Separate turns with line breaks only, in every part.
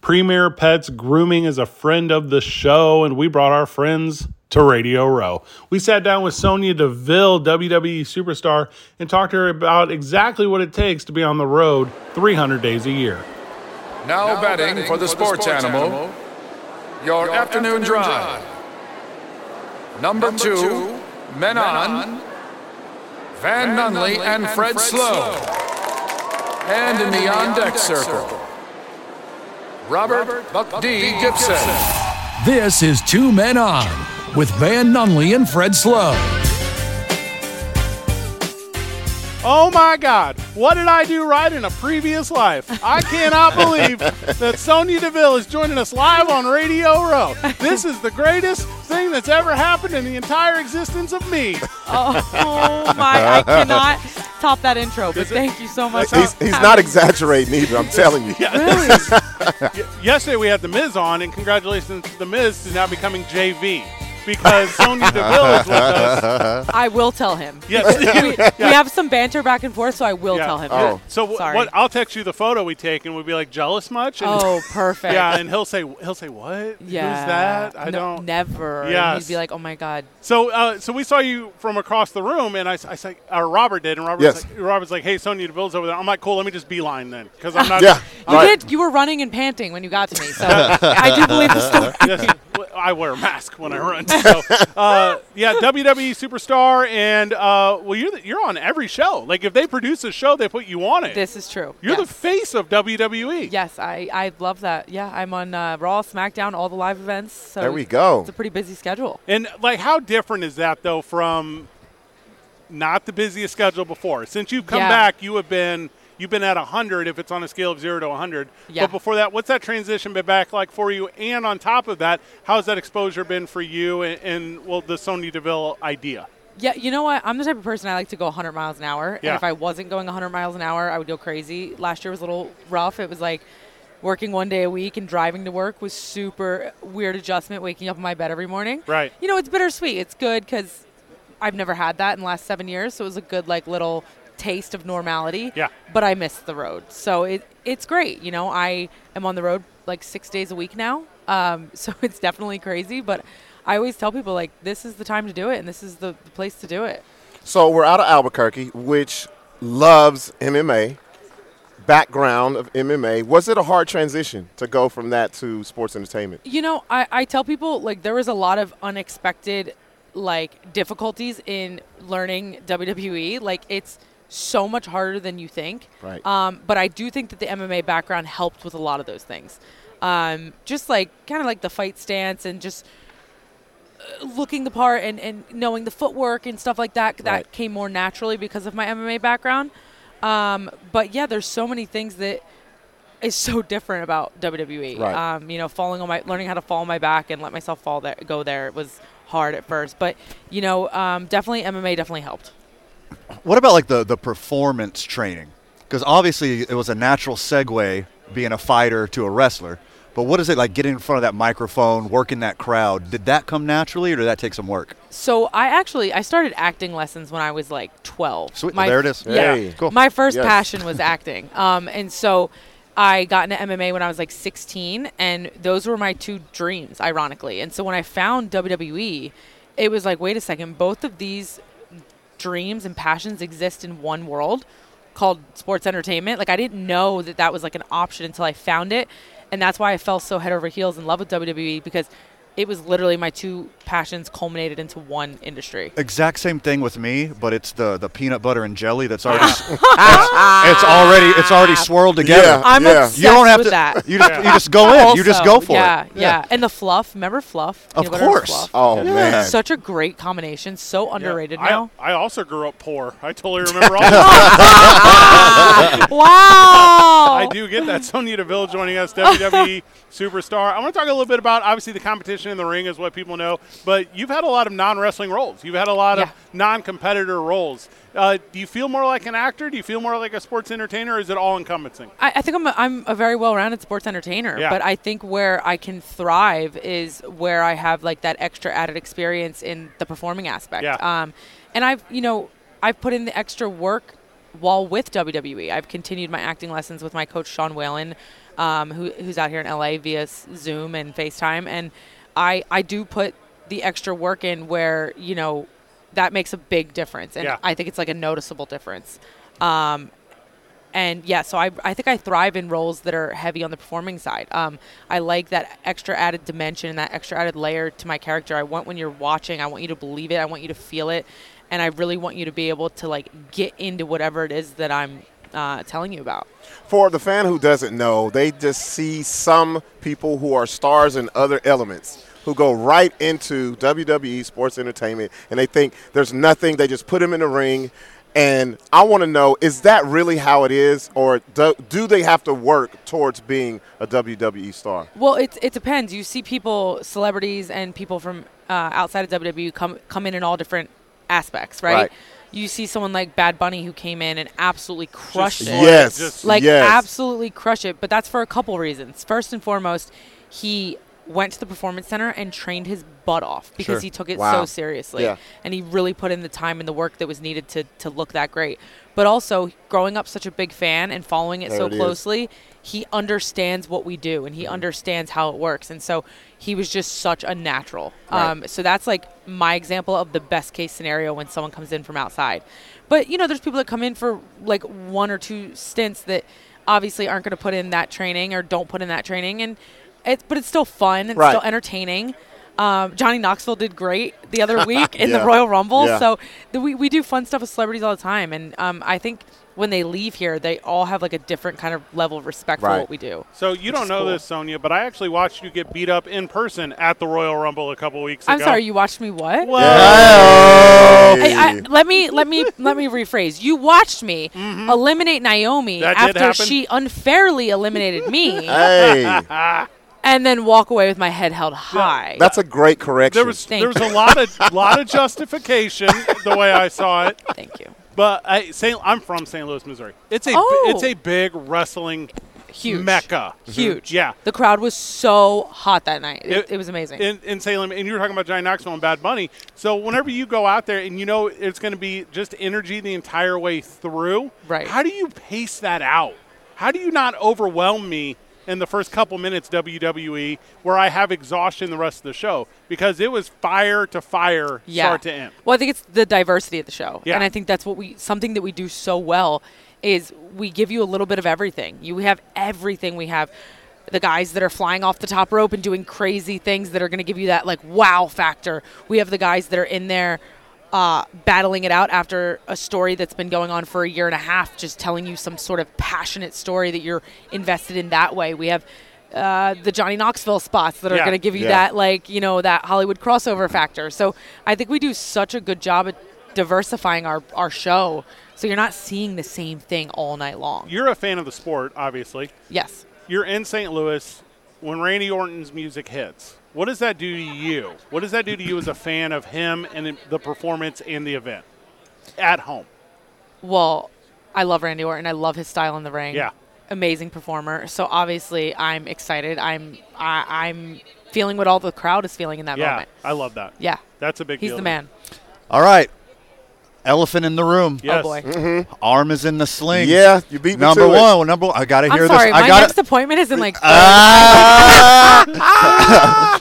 Premier Pets Grooming is a friend of the show, and we brought our friends to Radio Row. We sat down with Sonia Deville, WWE superstar, and talked to her about exactly what it takes to be on the road 300 days a year.
Now, betting, for the sports, animal, your, afternoon, drive. Number, two, men, on, Van, Nunley and Fred, Slow. And, in the on deck circle, Robert, Buck D. Gibson.
This is Two Men On with Van Nunley and Fred Slow.
Oh my God, what did I do right in a previous life? I cannot believe that Sonia Deville is joining us live on Radio Row. This is the greatest thing that's ever happened in the entire existence of me.
Oh my! I cannot top that intro. But thank you so much.
He's,
for
he's
having
not
me.
exaggerating either. I'm telling you.
Really?
Yesterday we had The Miz on, and congratulations to The Miz to now becoming JV because Sonia Deville is with us.
I will tell him.
Yes.
We, we have some banter back and forth, so I will
Yeah.
tell him.
Oh.
So w-
Sorry.
what? I'll text you the photo we take, and we'll be like jealous much. And
Oh, perfect.
yeah, and he'll say he'll say what?
Yeah.
Who's that? I
No-
don't.
Never. And
Yes.
He'd be like, "Oh my God,
So, uh, so we saw you from across the room, and I, s- I say, or Robert did, and Robert was
Yes.
like, Robert's like, "Hey, Sonya Deville's over there." I'm like, "Cool, let me just beeline then, because I'm not."
Yeah.
you
Right.
did. You were running and panting when you got to me." So I do believe the story.
Yes, w- I wear a mask when I run. So, uh, yeah, WWE superstar, and uh, well, you're the, you're on every show. Like, if they produce a show, they put you on it.
This is true.
you're
yes.
the face of E. WWE.
Yes, I, I love that. Yeah, I'm on uh, Raw, SmackDown, all the live events. So
There we go.
It's a pretty busy schedule.
And like, how different is that though from not the busiest schedule before? Since you've come
Yeah.
back, you have been you've been at hundred if it's on a scale of zero to hundred.
Yeah.
But before that, what's that transition been back like for you? And on top of that, how's that exposure been for you and, and well the Sony Deville idea?
Yeah, you know what? I'm the type of person I like to go 100 miles an hour.
Yeah.
And if I wasn't going 100 miles an hour, I would go crazy. Last year was a little rough. It was like working one day a week and driving to work was super weird adjustment waking up in my bed every morning.
Right.
You know, it's bittersweet. It's good cuz I've never had that in the last 7 years, so it was a good like little taste of normality.
Yeah.
But I missed the road. So it it's great, you know. I am on the road like 6 days a week now. Um, so it's definitely crazy, but I always tell people like this is the time to do it and this is the, the place to do it.
So we're out of Albuquerque, which loves MMA. Background of MMA. Was it a hard transition to go from that to sports entertainment?
You know, I, I tell people like there was a lot of unexpected like difficulties in learning WWE. Like it's so much harder than you think.
Right.
Um, but I do think that the MMA background helped with a lot of those things. Um, just like kind of like the fight stance and just uh, looking the part and, and knowing the footwork and stuff like that that
Right.
came more naturally because of my MMA background. Um, but yeah, there's so many things that is so different about WWE.
Right.
Um, you know, falling on my, learning how to fall on my back and let myself fall there, go there was hard at first. But you know, um, definitely MMA definitely helped.
What about like the the performance training? Because obviously it was a natural segue being a fighter to a wrestler. But what is it like getting in front of that microphone, working that crowd? Did that come naturally, or did that take some work?
So I actually I started acting lessons when I was like 12.
Sweet,
My-
there it is.
Yeah.
Hey.
Cool.
My first
Yes.
passion was acting. Um, and so I got into MMA when I was like 16, and those were my two dreams, ironically. And so when I found WWE, it was like, wait a second, both of these dreams and passions exist in one world called sports entertainment. Like I didn't know that that was like an option until I found it, and that's why I fell so head over heels in love with WWE because it was literally my two passions culminated into one industry.
Exact same thing with me, but it's the the peanut butter and jelly that's already it's, it's already it's already swirled together.
Yeah.
I'm
Yeah.
obsessed
You don't have
with
to.
that.
You just you just go in. You just go
Also,
for
yeah,
it.
Yeah, And the fluff. Remember fluff?
Of
Peanut butter and
course.
fluff.
Oh man,
Such a great combination. So underrated
I,
now.
I also grew up poor. I totally remember all that. I
wow.
do get that. Sonya Deville joining us, WWE superstar. I want to talk a little bit about obviously the competition in the ring is what people know, but you've had a lot of non-wrestling roles. You've had a lot
Yeah.
of non-competitor roles. Uh, do you feel more like an actor? Do you feel more like a sports entertainer? Or is it all encompassing?
I, I think I'm a, I'm a very well-rounded sports entertainer,
Yeah.
but I think where I can thrive is where I have like that extra added experience in the performing aspect.
Yeah.
Um, and I've you know I've put in the E. extra work while with WWE. I've continued my acting lessons with my coach Sean Whalen. um, who, who's out here in LA via s- Zoom and FaceTime. And I, I do put the extra work in where, you know, that makes a big difference. And
Yeah.
I think it's like a noticeable difference. Um, and yeah, so I, I think I thrive in roles that are heavy on the performing side. Um, I like that extra added dimension and that extra added layer to my character. I want when you're watching, I want you to believe it, I want you to feel it, and I really want you to be able to like get into whatever it is that I'm uh, telling you about.
For the fan who doesn't know, they just see some people who are stars in other elements who go right into WWE sports entertainment and they think there's nothing, they just put them in the ring. And I want to know is that really how it is, or do, do they have to work towards being a WWE star?
Well, it it depends. You see people, celebrities, and people from uh, outside of WWE come come in in all different aspects, right?
Right.
You see someone like Bad Bunny who came in and absolutely crushed it.
Yes.
Just-
like
yes.
absolutely crush it but that's for a couple reasons first and foremost he went to the performance center and trained his butt off because
Sure.
he took it
Wow.
so seriously
Yeah.
and he really put in the time and the work that was needed to, to look that great but also growing up such a big fan and following it
There
so
it is. Mm-hmm.
closely he understands what we do and he understands how it works and so he was just such a natural um, so that's like my example of the best case scenario when someone comes in from outside but you know there's people that come in for like one or two stints that obviously aren't going to put in that training or don't put in that training and it's but it's still fun and
Right.
still entertaining um, Johnny Knoxville did great the other week in
Yeah.
the Royal Rumble.
Yeah.
So the, we, we do fun stuff with celebrities all the time. And um, I think when they leave here, they all have like a different kind of level of respect
Right.
for what we do.
So you don't know this, Sonia, but I actually watched you get beat up in person at the Royal Rumble a couple weeks
I'm
ago.
sorry, you watched me what?
Whoa.
I, I, let me let me let me rephrase. You watched me eliminate
Mm-hmm.
Naomi
That did
after
happen.
she unfairly eliminated me,
hey,
and then walk away with my head held high.
that's a great correction.
There was
Thank
there was a lot of lot of justification the way I saw it.
Thank you.
But I, Saint, I'm from St. Louis, Missouri. It's a b-
Oh.
it's a big wrestling
Huge
mecca. Mm-hmm.
Huge.
Yeah.
The crowd was so hot that night. It, it was amazing.
In, in Salem, and you were talking about Johnny Knoxville and Bad Bunny. So whenever you go out there and you know it's going to be just energy the entire way through,
Right.
How do you pace that out? How do you not overwhelm me in the first couple minutes WWE where I have exhaustion the rest of the show because it was fire to fire, start to end.
Well, I think it's the diversity of the show,
Yeah.
and I think that's what we something that we do so well is we give you a little bit of everything. You we have everything. We have the guys that are flying off the top rope and doing crazy things that are going to give you that like wow factor. We have the guys that are in there. Uh, battling it out after a story that's been going on for a year and a half, just telling you some sort of passionate story that you're invested in that way. We have uh, the Johnny Knoxville spots that are
Yeah.
going to give you
Yeah.
that like you know that Hollywood crossover factor. So I think we do such a good job at diversifying our our show. So you're not seeing the same thing all night long.
You're a fan of the sport, obviously.
yes.
You're in St. Louis when Randy Orton's music hits. What does that do to you? What does that do to you as a fan of him and the performance and the event at home?
Well, I love Randy Orton. I love his style in the ring.
Yeah.
Amazing performer. So obviously I'm excited. I'm I, I'm feeling what all the crowd is feeling in that
yeah,
moment.
Oh, I love that.
Yeah.
That's a big
He's
deal.
the man. Oh,
All right. Elephant in the room.
Yes.
Oh boy.
Arm is in the sling.
Yeah, you beat me
number
to it.
one. Well, number one. I gotta hear
I'm sorry.
this. I
my
gotta.
next appointment is in like.
Ah! I,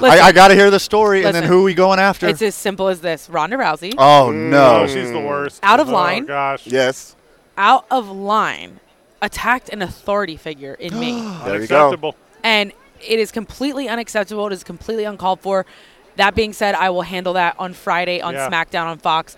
Listen,
I gotta hear the story, and then
Listen.
who we going after?
it's as simple as this. Ronda Rousey.
oh
Oh,
no!
she's the worst.
Out of
oh,
line.
Gosh.
yes.
out of line attacked an authority figure in me.
There you go.
Acceptable.
and it is completely unacceptable. It is completely uncalled for. That being said, I will handle that on Friday on
Yeah.
SmackDown on Fox.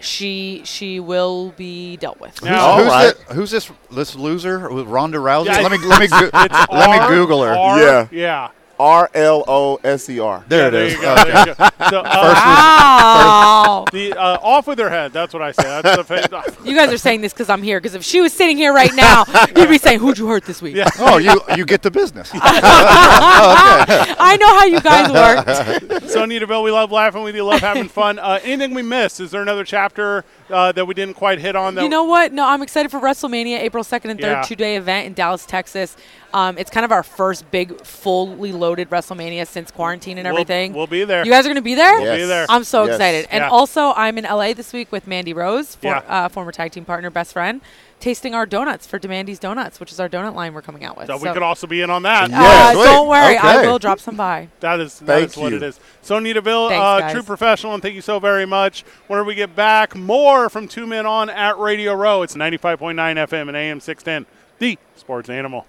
She she will be dealt with.
Now-
Who's,
All
who's,
right.
thi- who's this? This loser? Ronda Rousey?
Yeah,
let me let me go-
It's
let me
R-
Google her.
R-
Yeah.
Yeah.
R L O S E R.
there it
There
is.
you go. There you go. So, uh,
Wow.
the, uh, off with her head. That's what I say. That's the fa-
you guys are saying this because I'm here. Because if she was sitting here right now, you'd be saying, "Who'd you hurt this week?"
Yeah.
Oh, you you get the business.
I know how you guys work.
Sonia Deville, we love laughing with you, love having fun. Uh, anything we missed? Is there another chapter uh, that we didn't quite hit on? That
you know what? No, I'm excited for WrestleMania, April 2nd and 3rd,
Yeah.
two-day event in Dallas, Texas. Um, it's kind of our first big, fully loaded WrestleMania since quarantine and
We'll-
everything.
we'll be there.
You guys are going to be there?
We'll be there.
I'm so
Yes.
excited. And
Yeah.
also, I'm in LA this week with Mandy Rose, for,
Yeah.
uh, former tag team partner, best friend, tasting our donuts for Demandy's Donuts, which is our donut line we're coming out with.
So we
So,
could also be in on that.
Yeah.
uh,
Yes, wait,
don't worry, I
okay.
will drop some by.
That is, that
Thank
is what
you.
it is. Sonia Deville,
Thanks,
uh,
guys.
true professional, and thank you so very much. Whenever we get back, more from Two Men On at Radio Row. It's 95.9 FM and AM 610, the sports animal.